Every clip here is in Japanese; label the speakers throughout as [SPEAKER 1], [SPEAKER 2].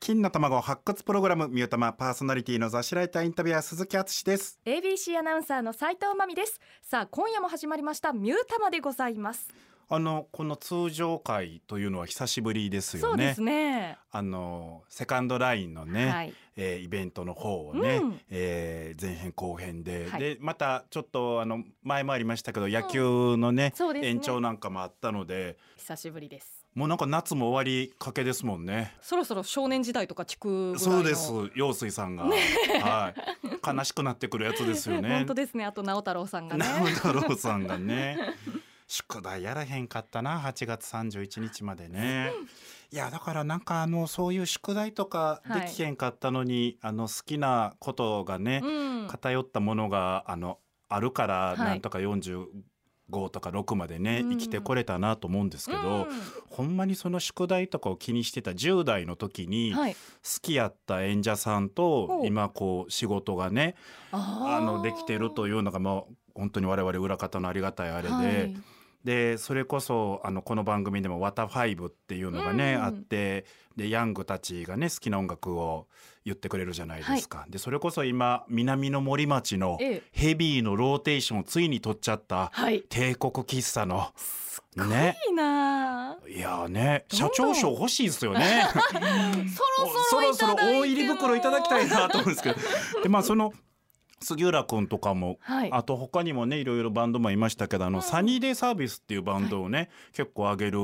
[SPEAKER 1] 金の卵発掘プログラムミュータマパーソナリティの雑誌ライターインタビュアー鈴木敦です
[SPEAKER 2] ABC アナウンサーの斉藤真美ですさあ今夜も始まりましたミュータマでございます
[SPEAKER 1] あのこの通常会というのは久しぶりです
[SPEAKER 2] そ
[SPEAKER 1] よ
[SPEAKER 2] う
[SPEAKER 1] ね
[SPEAKER 2] ですね
[SPEAKER 1] あのセカンドラインのね、
[SPEAKER 2] はい
[SPEAKER 1] えーイベントの方をね、
[SPEAKER 2] うん
[SPEAKER 1] えー前編後編で、
[SPEAKER 2] はい
[SPEAKER 1] でまたちょっとあの前もありましたけど野球のね,、
[SPEAKER 2] そうですね
[SPEAKER 1] 延長なんかもあったので
[SPEAKER 2] 久しぶりです
[SPEAKER 1] もうなんか夏も終わりかけですもんね。
[SPEAKER 2] そろそろ少年時代とか聞くぐらいの
[SPEAKER 1] そうです陽水さんが、はい、悲しくなってくるやつですよね
[SPEAKER 2] 本当。ですねあと直太朗さんがね
[SPEAKER 1] 直太朗さんがね宿題やらへんかったな8月31日までねいやだからなんかあのそういう宿題とか
[SPEAKER 2] は
[SPEAKER 1] で
[SPEAKER 2] い
[SPEAKER 1] きへんかったのに、あの好きなことがね、
[SPEAKER 2] うん
[SPEAKER 1] 偏ったものがあのあるから、
[SPEAKER 2] い
[SPEAKER 1] なんとか45とか6までね、
[SPEAKER 2] うん
[SPEAKER 1] 生きてこれたなと思うんですけど、ほんまにその宿題とかを気にしてた10代の時
[SPEAKER 2] う
[SPEAKER 1] に、
[SPEAKER 2] んはい
[SPEAKER 1] 好きやった演者さんと
[SPEAKER 2] お
[SPEAKER 1] 今こう仕事がね
[SPEAKER 2] あ
[SPEAKER 1] あのできていると
[SPEAKER 2] いう
[SPEAKER 1] いうのがもう本当に我々裏方のありがたいあれで、でそれこそあのこの番組でも「ワタファイブっていうのがね、
[SPEAKER 2] うん
[SPEAKER 1] あってでヤングたちがね好きな音楽を言ってくれるじゃないですか。でそれこそ今南の森町の
[SPEAKER 2] ええ
[SPEAKER 1] ヘビーのローテーションをついに取っちゃった
[SPEAKER 2] はい
[SPEAKER 1] 帝国喫茶の
[SPEAKER 2] すっご
[SPEAKER 1] ね
[SPEAKER 2] いなあ、
[SPEAKER 1] いやーね
[SPEAKER 2] どんど
[SPEAKER 1] 社
[SPEAKER 2] ん
[SPEAKER 1] 長賞欲しいですよね。
[SPEAKER 2] そ
[SPEAKER 1] そろ
[SPEAKER 2] ろそ
[SPEAKER 1] そ
[SPEAKER 2] ろ
[SPEAKER 1] ろ
[SPEAKER 2] いただいても
[SPEAKER 1] 大入り袋いただきたいなと思うんですけどでまあその杉浦君とかも
[SPEAKER 2] はい
[SPEAKER 1] あと他にもねいろいろバンドもいましたけどあの、
[SPEAKER 2] うん
[SPEAKER 1] サニーデイサービスっていうバンドをね、結構上げる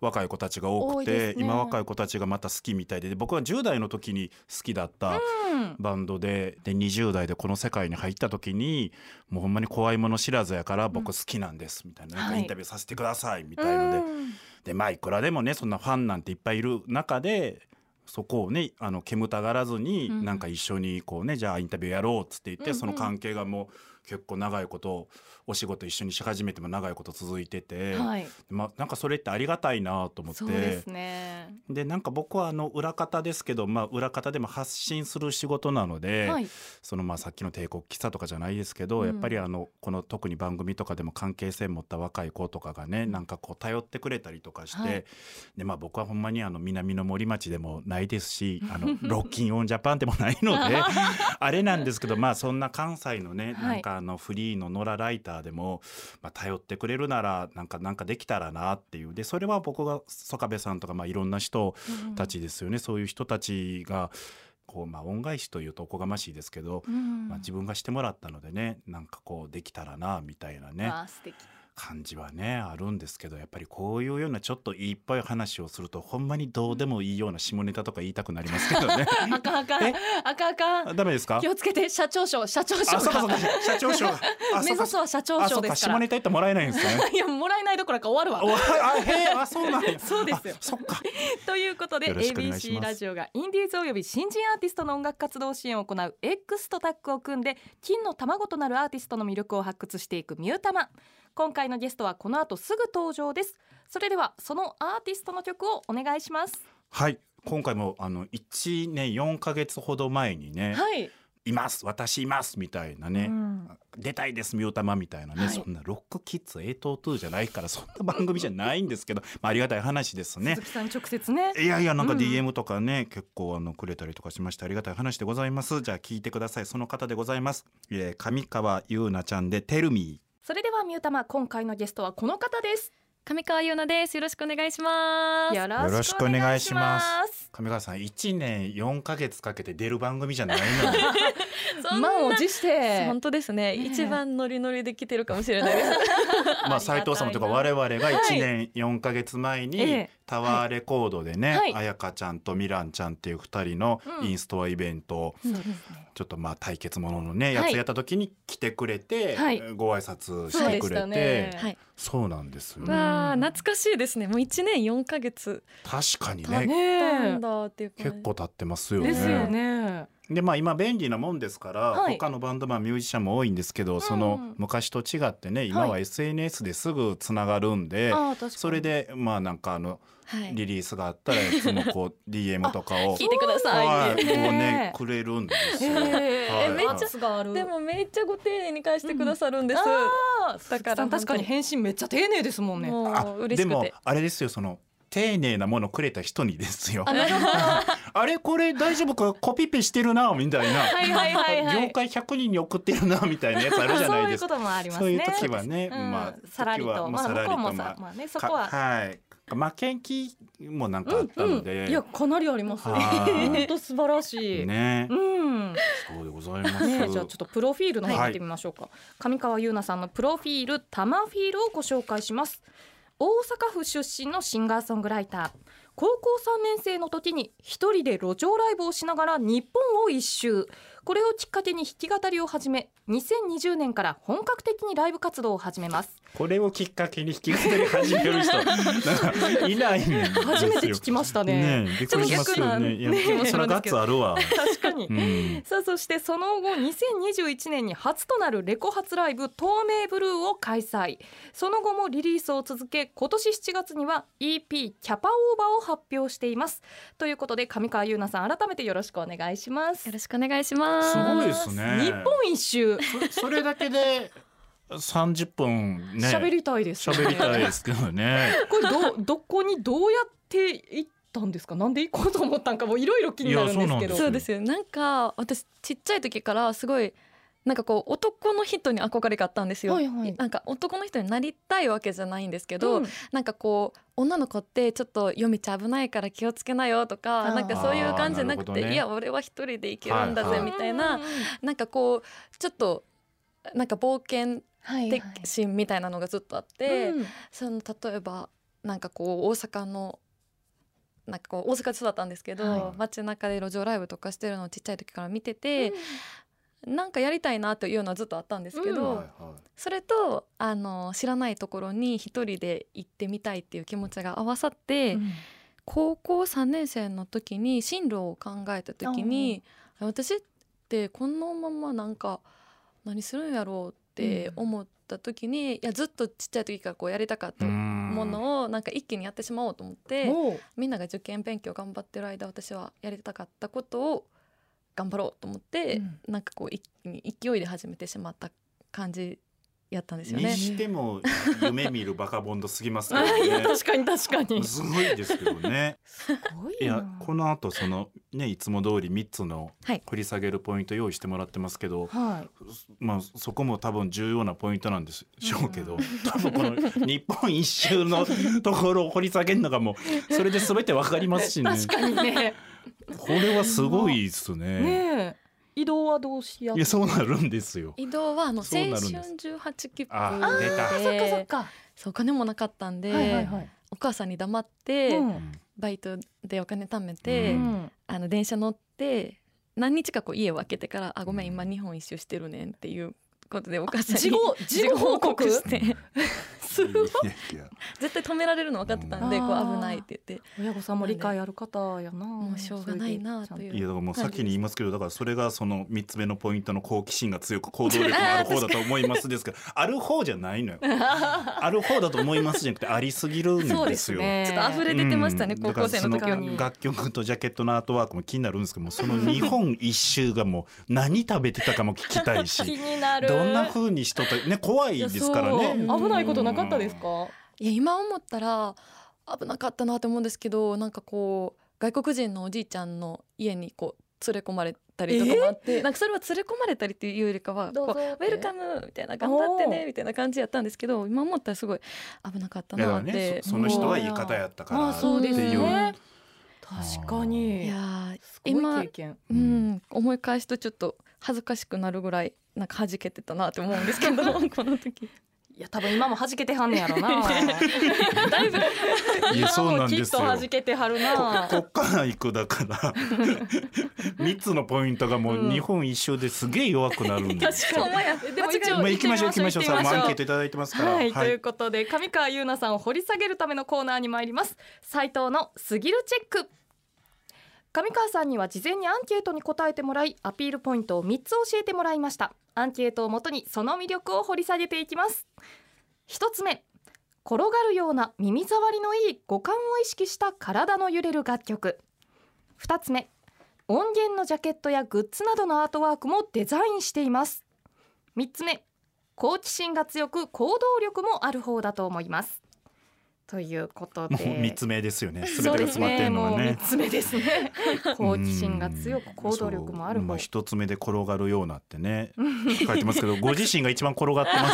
[SPEAKER 1] 若い子たちが多
[SPEAKER 2] 多い
[SPEAKER 1] く
[SPEAKER 2] で
[SPEAKER 1] て
[SPEAKER 2] すね
[SPEAKER 1] 今若い子たちがまた好きみたいでで僕は10代の時に好きだった
[SPEAKER 2] うん
[SPEAKER 1] バンドでで20代でこの世界に入った時にもうほんまに怖いもの知らずやから僕好きなんですみたいな,、なんか
[SPEAKER 2] はい
[SPEAKER 1] インタビューさせてくださいみたいので、
[SPEAKER 2] うん
[SPEAKER 1] でまあいくらでもねそんなファンなんていっぱいいる中でそこをねあの煙たがらずに、
[SPEAKER 2] うん
[SPEAKER 1] なんか一緒にこうねじゃあインタビューやろうっつって言って、
[SPEAKER 2] うんうん
[SPEAKER 1] その関係がもう結構長いことお仕事一緒にし始めても長いこと続いてて、
[SPEAKER 2] はい
[SPEAKER 1] まあ、なんかそれってありがたいなと思って
[SPEAKER 2] そうですね
[SPEAKER 1] でなんか僕はあの裏方ですけど、まあ、裏方でも発信する仕事なので、
[SPEAKER 2] はい
[SPEAKER 1] そのまあさっきの帝国喫茶とかじゃないですけど、
[SPEAKER 2] うん
[SPEAKER 1] やっぱりあのこの特に番組とかでも関係性持った若い子とかがね、
[SPEAKER 2] ん
[SPEAKER 1] なんかこう頼ってくれたりとかして、
[SPEAKER 2] はい
[SPEAKER 1] でまあ僕はほんまにあの南の森町でもないですしあのロッキンオンジャパンでもないの であれなんですけどまあそんな関西のね、
[SPEAKER 2] は
[SPEAKER 1] な
[SPEAKER 2] い
[SPEAKER 1] んかあのフリーの野良ライターでも、まあ、頼ってくれるならなんかなんかできたらなっていうでそれは僕が曽我部さんとか、まあ、いろんな人たちですよね、そういう人たちがこう、まあ、恩返しというとおこがましいですけど、
[SPEAKER 2] うん
[SPEAKER 1] まあ、自分がしてもらったのでねなんかこうできたらなみたいなね
[SPEAKER 2] わあ素敵
[SPEAKER 1] 感じはねあるんですけどやっぱりこういうようなちょっといっぱい話をするとほんまにどうでもいいような下ネタとか言いたくなりますけど ね。
[SPEAKER 2] あかんあかん
[SPEAKER 1] え
[SPEAKER 2] あかんあかん
[SPEAKER 1] あダメですか
[SPEAKER 2] 気をつけて社長賞社長賞
[SPEAKER 1] あそうかそう
[SPEAKER 2] が
[SPEAKER 1] か社長賞があ
[SPEAKER 2] 目
[SPEAKER 1] そう
[SPEAKER 2] 指
[SPEAKER 1] か
[SPEAKER 2] すは社長
[SPEAKER 1] あそ
[SPEAKER 2] 賞
[SPEAKER 1] う
[SPEAKER 2] で
[SPEAKER 1] か
[SPEAKER 2] すか
[SPEAKER 1] 下
[SPEAKER 2] ら
[SPEAKER 1] ネタ言ってもらえないんです ね。
[SPEAKER 2] いやもらえないどころか終わる
[SPEAKER 1] お
[SPEAKER 2] わ
[SPEAKER 1] あへえあそうなんや
[SPEAKER 2] そうですよ
[SPEAKER 1] あそっか
[SPEAKER 2] ということで
[SPEAKER 1] よろしくお願いし
[SPEAKER 2] ABC
[SPEAKER 1] ます
[SPEAKER 2] ラジオがインディーズおよび新人アーティストの音楽活動支援を行う X とタッグを組んで金の卵となるアーティストの魅力を発掘していくミュータマ今回のゲストはこの後すぐ登場ですそれではそのアーティストの曲をお願いします
[SPEAKER 1] はい今回もあの1年4ヶ月ほど前にね、
[SPEAKER 2] はい、
[SPEAKER 1] い、ます私いますみたいなね、
[SPEAKER 2] うん
[SPEAKER 1] 出たいですミュータマみたいなね、
[SPEAKER 2] はい
[SPEAKER 1] そんなロックキッズ802じゃないからそんな番組じゃないんですけど、まあ、ありがたい話ですね
[SPEAKER 2] 鈴。木さんに直接ね
[SPEAKER 1] いやいやなんか
[SPEAKER 2] うん
[SPEAKER 1] DM とかね、結構あのくれたりとかしましてありがたい話でございますじゃあ聞いてくださいその方でございます、えー、上川優奈ちゃんで「テルミ
[SPEAKER 2] それではミュータマ今回のゲストはこの方です
[SPEAKER 3] 上川優奈です。よろしくお願いします。
[SPEAKER 2] よ
[SPEAKER 1] よろ
[SPEAKER 2] ろ
[SPEAKER 1] し
[SPEAKER 2] し
[SPEAKER 1] くお
[SPEAKER 2] くお
[SPEAKER 1] 願
[SPEAKER 2] 願
[SPEAKER 1] い
[SPEAKER 2] い
[SPEAKER 1] し
[SPEAKER 2] し
[SPEAKER 1] ま
[SPEAKER 2] ますす
[SPEAKER 1] 上川さん1年4ヶ月かけて出る番組じゃない のに
[SPEAKER 3] そんな
[SPEAKER 2] 満を持して
[SPEAKER 3] 本当ですね。
[SPEAKER 2] ええ
[SPEAKER 3] 一番ノリノリで来てるかもしれない です。
[SPEAKER 1] まあ斉藤さんもというか我
[SPEAKER 3] 我
[SPEAKER 1] 々が1年4ヶ月前
[SPEAKER 2] え
[SPEAKER 1] に
[SPEAKER 2] え
[SPEAKER 1] タワーレコードでね、
[SPEAKER 2] はい
[SPEAKER 1] 彩香ちゃんとミランちゃんっていう2人の
[SPEAKER 2] うん
[SPEAKER 1] インストアイベントを、
[SPEAKER 2] そうですね
[SPEAKER 1] ちょっとまあ対決もののね
[SPEAKER 2] は
[SPEAKER 1] や
[SPEAKER 2] い
[SPEAKER 1] つやった時に来てくれて、
[SPEAKER 2] はい
[SPEAKER 1] ご挨拶してくれ
[SPEAKER 2] そう
[SPEAKER 1] て、
[SPEAKER 2] でしたね
[SPEAKER 3] はい。
[SPEAKER 1] そうなんですよ、
[SPEAKER 2] ん
[SPEAKER 3] わあ、懐かしいですね。もう一年四ヶ月
[SPEAKER 1] 確かに
[SPEAKER 2] だ
[SPEAKER 1] ね
[SPEAKER 3] なん
[SPEAKER 2] ね
[SPEAKER 3] だっていう感じ
[SPEAKER 1] 結構経ってますよね。
[SPEAKER 2] ですよね
[SPEAKER 1] でまあ今便利なもんですから、
[SPEAKER 2] はい
[SPEAKER 1] 他のバンドマンミュージシャンも多いんですけど、その昔と違ってね今は
[SPEAKER 2] は
[SPEAKER 1] SNS ですぐつながるんで、
[SPEAKER 2] ああ確かに
[SPEAKER 1] それでまあなんかあの
[SPEAKER 3] はい。
[SPEAKER 1] リリースがあったらいつも こう DM とかを
[SPEAKER 3] 聞いてください。
[SPEAKER 1] はいこう
[SPEAKER 2] ね
[SPEAKER 1] ねくれるんですよ。
[SPEAKER 2] え
[SPEAKER 1] はい
[SPEAKER 2] え
[SPEAKER 1] はい
[SPEAKER 2] めっちゃすがある。
[SPEAKER 3] でもめっちゃご丁寧に返してくださるんです。
[SPEAKER 2] あー、
[SPEAKER 3] だから
[SPEAKER 2] 確かに返信めっちゃ丁寧ですもんね。
[SPEAKER 3] も
[SPEAKER 1] あ
[SPEAKER 3] う嬉し
[SPEAKER 1] で
[SPEAKER 3] く
[SPEAKER 1] も
[SPEAKER 3] て。
[SPEAKER 1] あれですよその丁寧なものをくれた人にですよ
[SPEAKER 2] あなるほどは
[SPEAKER 1] あれこれ大丈夫かコピペしてるなみたいな、
[SPEAKER 2] いはいはいはい
[SPEAKER 1] 業界100人に送ってるなみたいなやつあるじゃ
[SPEAKER 2] そ
[SPEAKER 1] な
[SPEAKER 2] う
[SPEAKER 1] い
[SPEAKER 2] い
[SPEAKER 1] で
[SPEAKER 2] う
[SPEAKER 1] す
[SPEAKER 2] こ
[SPEAKER 1] か
[SPEAKER 2] ともあります
[SPEAKER 1] そういう
[SPEAKER 2] ね
[SPEAKER 1] 時はね、
[SPEAKER 2] うん
[SPEAKER 1] まあ
[SPEAKER 2] さらり
[SPEAKER 1] 時はま
[SPEAKER 2] とま
[SPEAKER 1] あ
[SPEAKER 2] あ
[SPEAKER 1] さら
[SPEAKER 2] 向
[SPEAKER 1] り
[SPEAKER 2] ことうも
[SPEAKER 1] ま
[SPEAKER 2] さ
[SPEAKER 1] あ
[SPEAKER 2] まあねそこは
[SPEAKER 1] かはい負けん気もなんかあったので、
[SPEAKER 3] いやかなりあります。
[SPEAKER 1] はい
[SPEAKER 2] 本当素晴らしい。
[SPEAKER 1] ね
[SPEAKER 2] うん。
[SPEAKER 1] そうでございます、
[SPEAKER 2] ね、じゃあちょっとプロフィールの方見てみましょうか、上川優奈さんのプロフィールタマフィールをご紹介します大阪府出身のシンガーソングライター高校3年生の時に一人で路上ライブをしながら日本を一周これをきっかけに弾き語りを始め2020年から本格的にライブ活動を始めます
[SPEAKER 1] これをきっかけに引き語り始める人なんかいないんですよ
[SPEAKER 2] 初めて聞きましたね
[SPEAKER 1] ねえびっくりしますよねい
[SPEAKER 3] ちょ
[SPEAKER 1] や
[SPEAKER 3] っと逆なね
[SPEAKER 1] それはガッツあるわ、
[SPEAKER 2] 確かに
[SPEAKER 1] うん、
[SPEAKER 2] さあそしてその後2021年に初となるレコ発ライブ「透明ブルー」を開催その後もリリースを続け今年7月には EP「キャパオーバー」を発表していますということで上川優奈さん改めてよろしくお願いします
[SPEAKER 3] よろしくお願いします。
[SPEAKER 1] すごいですね
[SPEAKER 2] 日本一周
[SPEAKER 1] そそれだけで30分ね
[SPEAKER 2] 喋りたいですね
[SPEAKER 1] 喋りたいですけどね
[SPEAKER 2] これどどこにどうやって行ったんですかなんで行こうと思ったんかもいろいろ気になるんですけ
[SPEAKER 1] いや
[SPEAKER 2] ど
[SPEAKER 1] な
[SPEAKER 3] そ
[SPEAKER 1] んで
[SPEAKER 3] うですすよなんか私ちっちゃい時からすごいなんかこう男の人に憧れがあったんですよ。
[SPEAKER 2] はいはい
[SPEAKER 3] なんか男の人になりたいわけじゃないんですけど、
[SPEAKER 2] うん
[SPEAKER 3] なんかこう女の子ってちょっと夜道危ないから気をつけなよと
[SPEAKER 2] あー
[SPEAKER 3] かなんかそういう感じじゃなくて
[SPEAKER 1] あーなるほどね
[SPEAKER 3] いや俺は一人で行けるんだ
[SPEAKER 1] はい
[SPEAKER 3] ぜ
[SPEAKER 1] はい
[SPEAKER 3] みたいな、なんかこうちょっとなんか冒険
[SPEAKER 2] はいはい
[SPEAKER 3] 的心みたいなのがずっとあって、
[SPEAKER 2] うん
[SPEAKER 3] その例えばなんかこう大阪のなんかこう大阪で育ったんですけど、
[SPEAKER 1] はい
[SPEAKER 3] 街中で路上ライブとかしてるのをちっちゃい時から見てて、なんかやりたいなというのはずっとあったんですけど、
[SPEAKER 2] うん
[SPEAKER 3] それとあの知らないところに一人で行ってみたいっていう気持ちが合わさって、
[SPEAKER 2] うん
[SPEAKER 3] 高校3年生の時に進路を考えた時に私ってこのままなんか何するんやろうって思った時に、いやずっとちっちゃい時からこうやりたかったも
[SPEAKER 1] の
[SPEAKER 3] のをなんか一気にやってしまおうと思って、
[SPEAKER 2] おう
[SPEAKER 3] みんなが受験勉強頑張ってる間私はやりたかったことを頑張ろうと思って、
[SPEAKER 2] うん
[SPEAKER 3] なんかこう一気に勢いで始めてしまった感じやったんですよ
[SPEAKER 1] に
[SPEAKER 3] ね。
[SPEAKER 1] しても夢見るバカボンドすぎますけど
[SPEAKER 2] いや
[SPEAKER 1] ね
[SPEAKER 2] 確かに確かに
[SPEAKER 1] すごいですけどね
[SPEAKER 2] すごい
[SPEAKER 1] いやこの後そのねいつも通り3つの
[SPEAKER 3] はい
[SPEAKER 1] 掘り下げるポイント用意してもらってますけど、
[SPEAKER 2] はい。
[SPEAKER 1] まあそこも多分重要なポイントなんでしょうけど、多分この日本一周のところを掘り下げるのがもうそれで全てわかりますしね
[SPEAKER 2] 確かにね。
[SPEAKER 1] これはすごいですね。
[SPEAKER 2] ねえ移動はどうしや
[SPEAKER 1] いやそうなるんですよ。
[SPEAKER 3] 移動はあの青
[SPEAKER 1] そうなる
[SPEAKER 3] 春
[SPEAKER 1] んです
[SPEAKER 3] 18切符
[SPEAKER 1] あー出た
[SPEAKER 3] で
[SPEAKER 2] か。
[SPEAKER 3] そうお金もなかったんで、
[SPEAKER 2] はいはいはい。
[SPEAKER 3] お母さんに黙って、
[SPEAKER 2] うん
[SPEAKER 3] バイトでお金貯めて、
[SPEAKER 1] うん
[SPEAKER 3] あの電車乗って何日かこう家を開けてから「あごめん
[SPEAKER 1] うん
[SPEAKER 3] 今日本一周してるねん」っていうことでお母さんに
[SPEAKER 2] 事後事後報告
[SPEAKER 3] 事後して
[SPEAKER 1] すごいや
[SPEAKER 3] 絶対止められるの分かってたんで
[SPEAKER 2] うん
[SPEAKER 3] こう危ないって言って
[SPEAKER 2] 親御さんも理解ある方やな。も
[SPEAKER 3] もうしょうがないなとい
[SPEAKER 1] いやだ
[SPEAKER 3] う。
[SPEAKER 1] からもうさっきに言いますけどだからそれがその3つ目のポイントの好奇心が強く行動力のある方だと思いますですけどある方じゃないのよ。ある方だと思いますじゃなくてありすぎるんですよ。
[SPEAKER 2] そうですね。
[SPEAKER 3] ちょっと溢
[SPEAKER 1] う
[SPEAKER 3] れ
[SPEAKER 1] ん
[SPEAKER 3] 出てましたね
[SPEAKER 1] だ
[SPEAKER 3] 高
[SPEAKER 1] から
[SPEAKER 3] 校生の時は
[SPEAKER 1] そ
[SPEAKER 2] に
[SPEAKER 1] 楽曲とジャケットのアートワークも気になるんですけどもその日本一周がもう何食べてたかも聞きたい
[SPEAKER 2] 気
[SPEAKER 1] し
[SPEAKER 2] になる。
[SPEAKER 1] どんな風にしとったね怖いですからね
[SPEAKER 2] そう危ないことなかったですか。
[SPEAKER 3] いや今思ったら危なかったなと思うんですけどなんかこう外国人のおじいちゃんの家にこう連れ込まれたりとかもあって、なんかそれは連れ込まれたりっていうよりかは
[SPEAKER 2] どう
[SPEAKER 3] こ
[SPEAKER 2] ぞ
[SPEAKER 3] うウェルカムみたいな頑張ってねみたいな感じやったんですけど今思ったらすごい危なかった
[SPEAKER 1] いやだか
[SPEAKER 3] な
[SPEAKER 1] ら
[SPEAKER 3] って、
[SPEAKER 1] ねそその人は言い方やったから
[SPEAKER 2] まあそうです
[SPEAKER 1] っていう
[SPEAKER 2] ね。確かに。
[SPEAKER 3] いやー
[SPEAKER 2] すごい経験。
[SPEAKER 1] う
[SPEAKER 3] うんん、思い返すとちょっと恥ずかしくなるぐらいなんか弾けてたなと思うんです けど この時
[SPEAKER 2] いや多分今も弾けてはんねやろな。 だいぶ
[SPEAKER 1] い やそう
[SPEAKER 2] 今
[SPEAKER 1] な
[SPEAKER 2] も
[SPEAKER 1] ん
[SPEAKER 2] き
[SPEAKER 1] で
[SPEAKER 2] っ
[SPEAKER 1] す
[SPEAKER 2] と
[SPEAKER 1] よ
[SPEAKER 2] 弾けてはるな。
[SPEAKER 1] こっから行くだから 3つのポイントがもう日本一周ですげえ弱くなるんで
[SPEAKER 2] 確かに。でも一応
[SPEAKER 1] まあ行きましょう行きましょうさあもうアンケートいただいてますから
[SPEAKER 2] はい、ということで上川優奈さんを掘り下げるためのコーナーに参ります斉藤のすぎるチェック上川さんには事前にアンケートに答えてもらいアピールポイントを3つ教えてもらいましたアンケートをもとにその魅力を掘り下げていきます1つ目転がるような耳障りのいい五感を意識した体の揺れる楽曲2つ目音源のジャケットやグッズなどのアートワークもデザインしています3つ目好奇心が強く行動力もある方だと思いますということ
[SPEAKER 1] もう
[SPEAKER 2] で
[SPEAKER 1] 三つ目ですよね。すべてが詰まってるの
[SPEAKER 2] そう
[SPEAKER 1] は
[SPEAKER 2] で
[SPEAKER 1] ね。
[SPEAKER 2] すねもう三つ目で すね好奇心が強
[SPEAKER 1] う
[SPEAKER 2] く
[SPEAKER 1] ん
[SPEAKER 2] 行動力もある
[SPEAKER 1] そうま
[SPEAKER 2] 方
[SPEAKER 1] あ一つ目で転がるようなってね書いてます けど、ご自身が一番転がってま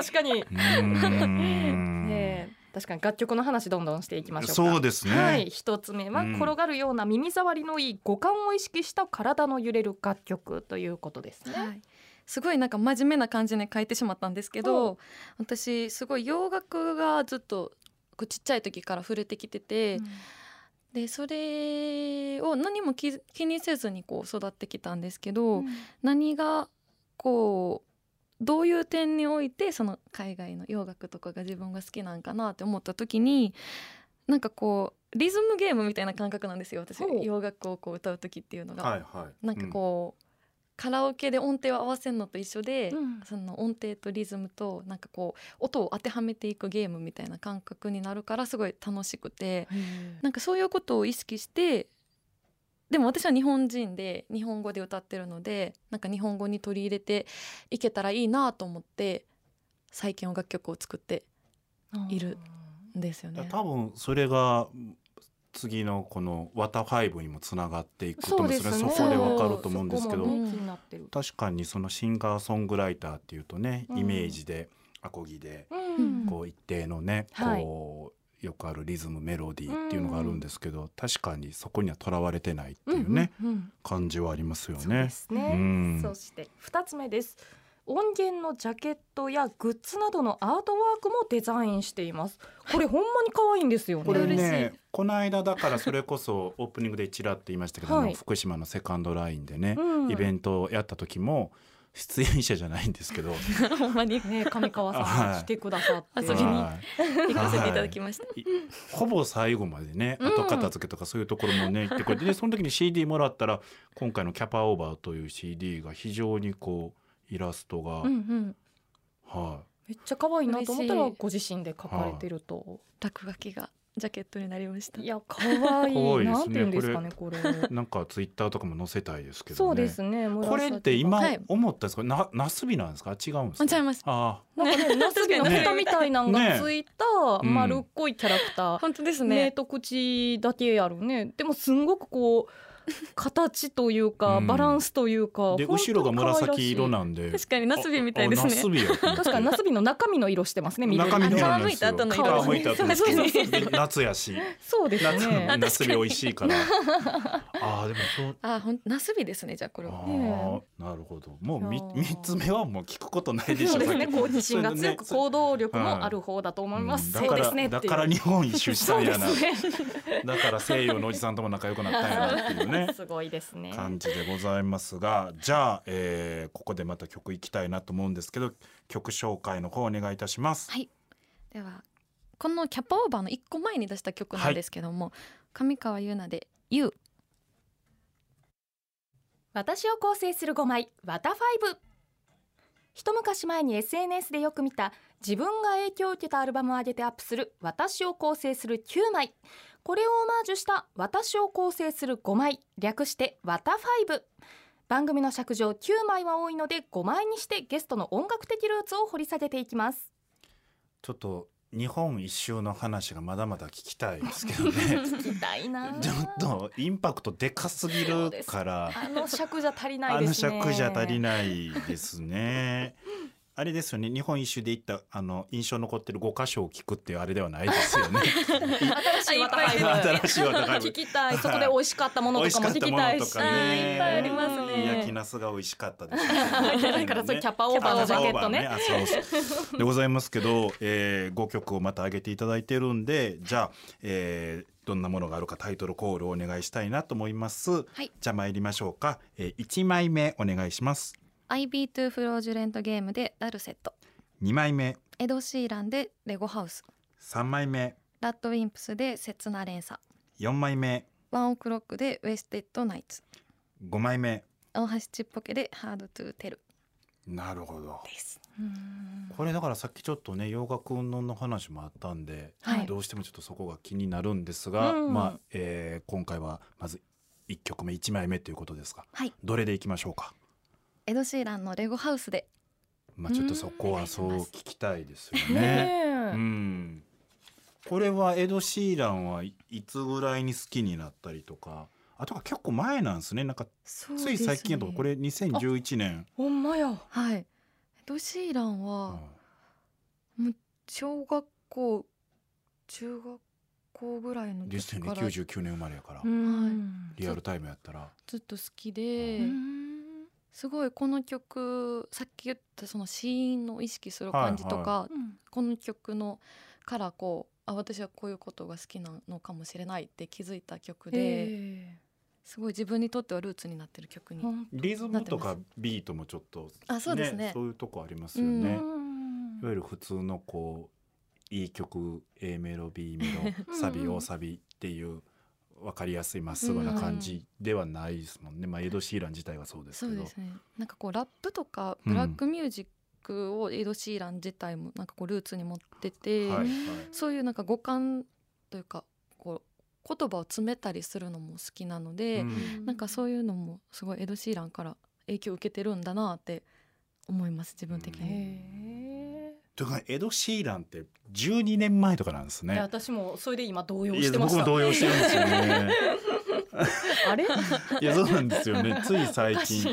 [SPEAKER 1] すか
[SPEAKER 2] 確かに
[SPEAKER 1] ら。うーん
[SPEAKER 2] ねえ確かに楽曲の話どんどんしていきましょうか
[SPEAKER 1] そうですね。
[SPEAKER 2] はい一つ目は
[SPEAKER 1] うん
[SPEAKER 2] 転がるような耳障りのいい五感を意識した体の揺れる楽曲ということですね、
[SPEAKER 3] はい、すごいなんか真面目な感じに書いてしまったんですけど私すごい洋楽がずっとこうちっちゃい時から触れてきてて、でそれを何も気気にせずにこう育ってきたんですけど、何がこうどういう点においてその海外の洋楽とかが自分が好きなんかなって思った時になんかこうリズムゲームみたいな感覚なんですよ私
[SPEAKER 2] ほう
[SPEAKER 3] 洋楽をこう歌う時っていうのが。
[SPEAKER 1] はいはい。
[SPEAKER 3] なんかこう、カラオケで音程を合わせるのと一緒で、
[SPEAKER 2] うん
[SPEAKER 3] その音程とリズムとなんかこう音を当てはめていくゲームみたいな感覚になるからすごい楽しくてなんかそういうことを意識してでも私は日本人で日本語で歌ってるのでなんか日本語に取り入れていけたらいいなと思って最近は楽曲を作っているんですよ
[SPEAKER 1] うん
[SPEAKER 3] ね。
[SPEAKER 1] 多分それが次のこのワタファイブにもつながっていくと
[SPEAKER 2] そ
[SPEAKER 1] 思
[SPEAKER 2] う
[SPEAKER 1] うん
[SPEAKER 2] で
[SPEAKER 1] です
[SPEAKER 2] す
[SPEAKER 1] ね。
[SPEAKER 2] ね
[SPEAKER 1] そこでわかると思うんですけど
[SPEAKER 2] そこ。もね気になってる、
[SPEAKER 1] 確かにそのシンガーソングライターっていうとね、
[SPEAKER 2] うん
[SPEAKER 1] イメージでアコギで
[SPEAKER 2] うん
[SPEAKER 1] こう一定のね、
[SPEAKER 2] はい
[SPEAKER 1] こうよくあるリズムメロディーっていうのがあるんですけど、確かにそこにはとらわれてないっていうね、
[SPEAKER 2] うんうん
[SPEAKER 1] 感じはありますよ
[SPEAKER 2] そうで
[SPEAKER 1] ね。
[SPEAKER 2] すね、
[SPEAKER 1] うん
[SPEAKER 2] そして二つ目です音源のジャケットやグッズなどのアートワークもデザインしていますこれほんまに可愛いんですよね
[SPEAKER 1] これ
[SPEAKER 3] 嬉しい
[SPEAKER 1] ねこの間だからそれこそオープニングでちらっと言いましたけど、
[SPEAKER 2] はい
[SPEAKER 1] あの福島のセカンドラインでね、
[SPEAKER 2] うん
[SPEAKER 1] イベントをやった時も出演者じゃないんですけ ど
[SPEAKER 3] ほんまに
[SPEAKER 2] ね上川さんが来てくださって、
[SPEAKER 3] はい遊びに
[SPEAKER 1] はい
[SPEAKER 3] 行かせていただきました。
[SPEAKER 1] ほぼ最後までね
[SPEAKER 2] うん
[SPEAKER 1] 後片付けとかそういうところも ね行ってくれてでその時に CD もらったら今回の「キャパオーバー」という CD が非常にこうイラストが、
[SPEAKER 2] うんうん、
[SPEAKER 1] は
[SPEAKER 2] めっちゃ可愛いなと思ったら
[SPEAKER 3] 嬉しい
[SPEAKER 2] ご自身で描かれてると、
[SPEAKER 3] 落書きがジャケットになりました
[SPEAKER 2] い、。や可愛い
[SPEAKER 1] 可愛いですね
[SPEAKER 2] なんて言うんですかねこれ
[SPEAKER 1] い、なんかツイッターとかも載せたいですけどね。
[SPEAKER 2] そうですね
[SPEAKER 1] これって今
[SPEAKER 3] はい
[SPEAKER 1] 思ったんですか、ななすびなんですか違うんですか
[SPEAKER 3] あ違います
[SPEAKER 1] あ
[SPEAKER 2] なんかねナスビの蓋みたいなのが
[SPEAKER 1] ね
[SPEAKER 2] ついた
[SPEAKER 1] ね
[SPEAKER 2] 丸っこいキャラクター、
[SPEAKER 3] 本当です
[SPEAKER 2] 目
[SPEAKER 3] ね。
[SPEAKER 2] と口だけやるねでもすんごくこう形というか
[SPEAKER 1] うん
[SPEAKER 2] バランスというか、
[SPEAKER 1] あで
[SPEAKER 2] 本当に
[SPEAKER 1] 後ろが紫色
[SPEAKER 2] 可愛ら
[SPEAKER 1] な
[SPEAKER 2] し
[SPEAKER 1] んで
[SPEAKER 3] 確かにナスビみたいです
[SPEAKER 1] あナス
[SPEAKER 3] ね。
[SPEAKER 1] ビや
[SPEAKER 2] い確かにナスビの中身の色してますね緑
[SPEAKER 1] 中身の色なんですよ
[SPEAKER 3] 皮むいた後の
[SPEAKER 2] 色
[SPEAKER 1] 皮むいた後の
[SPEAKER 2] そうそうそう
[SPEAKER 1] で夏やし
[SPEAKER 2] そうです
[SPEAKER 1] 夏
[SPEAKER 2] ね
[SPEAKER 1] のナスビ美味しいから ああでもそう
[SPEAKER 3] あ、ほんナスビですね。じゃあこれは。
[SPEAKER 1] ああ、なるほど。もうみ
[SPEAKER 2] いやー
[SPEAKER 1] 三つ目はもう聞くことないでしょ
[SPEAKER 2] そうですね、好奇心が強く
[SPEAKER 1] そう
[SPEAKER 2] 行動力もある方だと思います。
[SPEAKER 1] だ
[SPEAKER 2] そう
[SPEAKER 1] か
[SPEAKER 2] で
[SPEAKER 1] ら
[SPEAKER 2] すねって
[SPEAKER 1] だ
[SPEAKER 2] いう。
[SPEAKER 1] から日本一周したんやな。
[SPEAKER 2] そうですね
[SPEAKER 1] だから西洋のおじさんとも仲良くなったんやなっていうね
[SPEAKER 2] 。すごいですね。
[SPEAKER 1] 感じでございますが、じゃあ、えーここでまた曲いきたいなと思うんですけど、曲紹介の方お願いいたします。
[SPEAKER 3] はいではこのキャパオーバーの一個前に出した曲なんですけども、上川優奈で You。
[SPEAKER 2] 私を構成する5枚ワタファイブ一昔前に SNS でよく見た自分が影響を受けたアルバムを上げてアップする私を構成する9枚これをオマージュした私を構成する5枚略してワタファイブ番組の尺上9枚は多いので5枚にしてゲストの音楽的ルーツを掘り下げていきます
[SPEAKER 1] ちょっと日本一周の話がまだまだ聞きたいですけどね。
[SPEAKER 2] 聞きたいな
[SPEAKER 1] ちょっとインパクトでかすぎるから。
[SPEAKER 2] あの尺じゃ足りな
[SPEAKER 1] あ
[SPEAKER 2] いで
[SPEAKER 1] の
[SPEAKER 2] すね
[SPEAKER 1] 尺じゃ足りないですね。あれですよね日本一周で行ったあの印象残ってる5箇所を聞くっていうあれではないですよね。
[SPEAKER 2] 新しいワタファイブ
[SPEAKER 1] 新しい技が
[SPEAKER 2] 聞きたいそこで美味しかったもの
[SPEAKER 1] 美
[SPEAKER 2] と
[SPEAKER 1] 味
[SPEAKER 2] か
[SPEAKER 1] し
[SPEAKER 2] も
[SPEAKER 1] かったもの
[SPEAKER 2] 聞きたい
[SPEAKER 1] と
[SPEAKER 2] し
[SPEAKER 1] かね。
[SPEAKER 3] いっぱいありますね
[SPEAKER 1] 焼きナスが美味しかったです、
[SPEAKER 2] だからそういうキャパオーバーのジャケットね
[SPEAKER 1] あそう そうでございますけど、えー、5曲をまた上げていただいてるんでじゃあ、えーどんなものがあるかタイトルコールをお願いしたいなと思います。
[SPEAKER 3] い
[SPEAKER 1] じゃあ参りましょうか、えー、1枚目お願いします。
[SPEAKER 3] IB to フロージュレントゲームでダルセット。
[SPEAKER 1] 2枚目
[SPEAKER 3] エドシーランでレゴハウス。
[SPEAKER 1] 3枚目
[SPEAKER 3] ラッドウィンプスで刹那連鎖。
[SPEAKER 1] 4枚目
[SPEAKER 3] ワンオクロックでウェステッドナイツ。
[SPEAKER 1] 5枚目
[SPEAKER 3] 大橋ちっぽけでハードトゥーテル
[SPEAKER 1] なるほど
[SPEAKER 3] です。
[SPEAKER 1] これだからさっきちょっとね洋楽云々の話もあったんで、
[SPEAKER 3] はい
[SPEAKER 1] どうしてもちょっとそこが気になるんですが、
[SPEAKER 2] うん
[SPEAKER 1] まあ、えー今回はまず1曲目1枚目ということですが
[SPEAKER 3] はい。
[SPEAKER 1] どれでいきましょうか、
[SPEAKER 3] エドシーランのレゴハウスで。
[SPEAKER 1] まあ、ちょっとそこはそう
[SPEAKER 3] うん
[SPEAKER 1] 聞きたいですよ
[SPEAKER 2] ね
[SPEAKER 1] ね。
[SPEAKER 2] え
[SPEAKER 1] うんこれはエド・シーランはいいつぐらいに好きになったりとかあとは結構前なんですねなんか
[SPEAKER 3] そう
[SPEAKER 1] つい最近やとこ
[SPEAKER 3] れ
[SPEAKER 1] れ2011年
[SPEAKER 2] ほんまや
[SPEAKER 3] はいエド・シーランは、
[SPEAKER 1] うん
[SPEAKER 3] 小学校中学校ぐらいの
[SPEAKER 1] です
[SPEAKER 3] 時
[SPEAKER 1] よね
[SPEAKER 3] から
[SPEAKER 1] 99年生まれやから
[SPEAKER 2] ん
[SPEAKER 1] リアルタイムやったら
[SPEAKER 3] ずっと好きで、
[SPEAKER 2] うん
[SPEAKER 3] すごいこの曲さっき言ったそのシーンの意識する感じとか、この曲のからこうあ私はこういうことが好きなのかもしれないって気づいた曲で、
[SPEAKER 2] え
[SPEAKER 3] すごい自分にとってはルーツになってる曲
[SPEAKER 2] え
[SPEAKER 3] に、
[SPEAKER 2] ほん
[SPEAKER 1] リズムと
[SPEAKER 3] なっ
[SPEAKER 1] か
[SPEAKER 3] て
[SPEAKER 1] ビートもちょっと
[SPEAKER 3] あそうですね
[SPEAKER 1] そういうとこありますよ
[SPEAKER 3] うん
[SPEAKER 1] ね、
[SPEAKER 2] うん
[SPEAKER 1] いわゆる普通のこういい曲 A メロ B メ
[SPEAKER 2] うん
[SPEAKER 1] ロ
[SPEAKER 2] うん
[SPEAKER 1] サビ大サビっていう分かりやすいまっすぐな感じではないですもんね、まあエド・シーラン自体はそうです
[SPEAKER 3] そ
[SPEAKER 1] け
[SPEAKER 3] う
[SPEAKER 1] ど
[SPEAKER 3] ですねなんかこうラップとか
[SPEAKER 1] うん
[SPEAKER 3] ブラックミュージックをエド・シーラン自体もなんかこうルーツに持ってて、
[SPEAKER 1] はいはい
[SPEAKER 3] そういうなんか五感というかこう言葉を詰めたりするのも好きなので、
[SPEAKER 1] うん
[SPEAKER 3] なんかそういうのもすごいエド・シーランから影響を受けてるんだなって思います自分的
[SPEAKER 1] うん
[SPEAKER 3] に。
[SPEAKER 2] へ
[SPEAKER 1] というかエド・シーランって12年前とかなんです
[SPEAKER 2] えいや
[SPEAKER 1] ね。
[SPEAKER 2] 私もそれで今動揺
[SPEAKER 1] い
[SPEAKER 2] し
[SPEAKER 1] や
[SPEAKER 2] てま
[SPEAKER 1] 僕
[SPEAKER 2] した
[SPEAKER 1] も動揺してるんですよね。
[SPEAKER 2] あれ
[SPEAKER 1] いやそうなんですよね。つい
[SPEAKER 2] お
[SPEAKER 1] 最
[SPEAKER 2] かしい
[SPEAKER 1] 近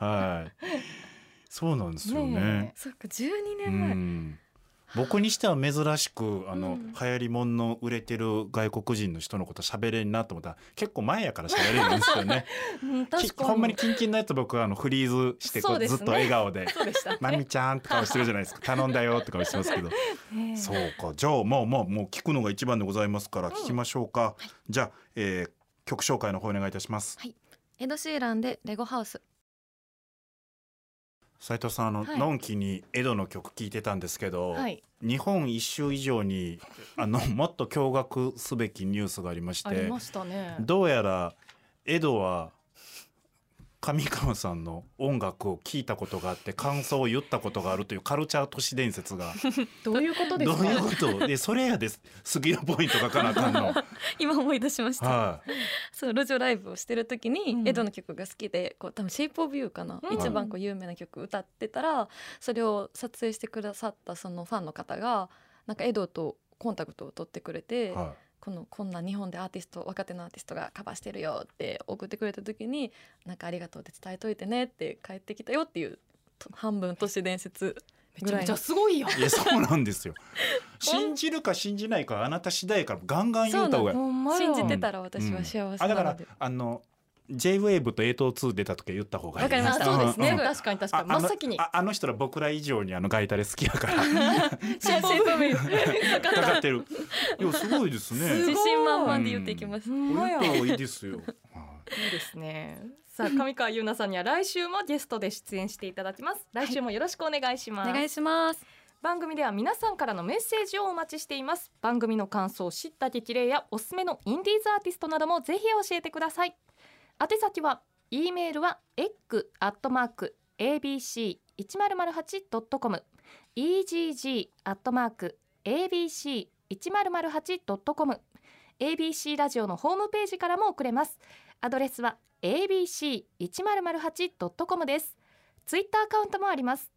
[SPEAKER 2] な
[SPEAKER 1] はい。そうなんですよね
[SPEAKER 2] ね。
[SPEAKER 3] そっか12
[SPEAKER 1] う
[SPEAKER 3] 年前、
[SPEAKER 1] ん僕にしては珍しくあの、
[SPEAKER 3] うん
[SPEAKER 1] 流行りもんの売れてる外国人の人のこと喋れんなと思ったら結構前やから喋れるんですよね
[SPEAKER 2] うん 確
[SPEAKER 1] き
[SPEAKER 2] かに
[SPEAKER 1] ほんまにキンキンのやつ僕はあのフリーズしてこ
[SPEAKER 2] そう
[SPEAKER 1] う
[SPEAKER 2] ですね
[SPEAKER 1] ずっと笑顔で
[SPEAKER 2] そうで したね
[SPEAKER 1] 「まみちゃん」って顔してるじゃないですか「 頼んだよ」って顔してますけど
[SPEAKER 2] ねえ
[SPEAKER 1] そうかじゃあまあまあもう聞くのが一番でございますから聞きましょうか、じゃあ、えー曲紹介の方お願いいたします
[SPEAKER 3] エド・シーランで「レゴハ ウス
[SPEAKER 1] 斉藤さんあの、
[SPEAKER 2] はい
[SPEAKER 1] のんきにエドの曲聞いてたんですけど、
[SPEAKER 2] はい
[SPEAKER 1] 日本一周以上にあの もっと驚愕すべきニュースがありまし
[SPEAKER 2] あり
[SPEAKER 1] て
[SPEAKER 2] ましたね
[SPEAKER 1] どうやらエドは上川さんの音楽を聞いたことがあって感想を言ったことがあるというカルチャー都市伝説が
[SPEAKER 2] どういうことで
[SPEAKER 1] ど
[SPEAKER 2] す
[SPEAKER 1] う
[SPEAKER 2] か
[SPEAKER 1] いうことでそれやです杉のポイント書かなあかん の。」
[SPEAKER 3] 今思い出しました、
[SPEAKER 1] はい、
[SPEAKER 3] そう路上ライブをしてる時に、
[SPEAKER 2] うん
[SPEAKER 3] エドの曲が好きでこう多分「シェイプ・オブ・ユー」かな、
[SPEAKER 2] うん
[SPEAKER 3] 一番こう有名な曲歌ってたらそれを撮影してくださったそのファンの方がなんかエドとコンタクトを取ってくれて、
[SPEAKER 1] は
[SPEAKER 3] このこんな日本でアーティスト若手のアーティストがカバーしてるよって送ってくれた時に「なんかありがとう」って伝えといてねって帰ってきたよっていうと半分都市伝説
[SPEAKER 2] めちゃめちゃすごいやん
[SPEAKER 1] い、いやそうなんですよ。信じるか信じないかあなた次第からガンガン言うた方が
[SPEAKER 2] ほんまや
[SPEAKER 3] 信じてたら私は幸せなので、
[SPEAKER 1] あだからあの J-WAVE と A-TOO2 出た時は言った方がいい
[SPEAKER 3] わかりました
[SPEAKER 2] あそうですね、
[SPEAKER 1] んん
[SPEAKER 2] 確かに確かに真っ先に
[SPEAKER 1] ああの人ら僕ら以上にあのガイタレ好きやから
[SPEAKER 2] シェイプオブユー
[SPEAKER 1] かかってるいやすごいです
[SPEAKER 2] すごい
[SPEAKER 1] ね
[SPEAKER 3] 自信満々で言っていきます、
[SPEAKER 1] ポ
[SPEAKER 2] ほ
[SPEAKER 1] イ
[SPEAKER 2] ん
[SPEAKER 1] ント
[SPEAKER 2] まや
[SPEAKER 1] はいいですよはい
[SPEAKER 2] いですね。さあ上川優奈さんには来週もゲストで出演していただきます。来週もよろしくお願いします。
[SPEAKER 3] お願いします
[SPEAKER 2] 番組では皆さんからのメッセージをお待ちしています。番組の感想、知った激励やおすすめのインディーズアーティストなどもぜひ教えてください。宛先は e メールは egg アットマーク abc 一0 0 8ドットコム egg アットマーク abc 一0 0 8ドットコム abc ラジオのホームページからも送れます。アドレスは abc 一0 0 8ドットコムです。ツイッターアカウントもあります。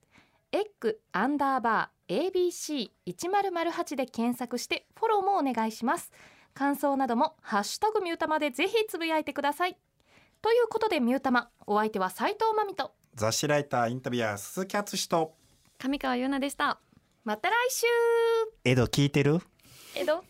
[SPEAKER 2] エッグアンダーバー ABC 一ゼロゼロ八で検索してフォローもお願いします。感想などもハッシュタグミュータマでぜひつぶやいてください。ということでミュータマお相手は斉藤まみと
[SPEAKER 1] 雑誌ライターインタビュアー鈴木敦史と
[SPEAKER 3] 上川優奈でした
[SPEAKER 2] また来週
[SPEAKER 1] エド聞いてる
[SPEAKER 3] エド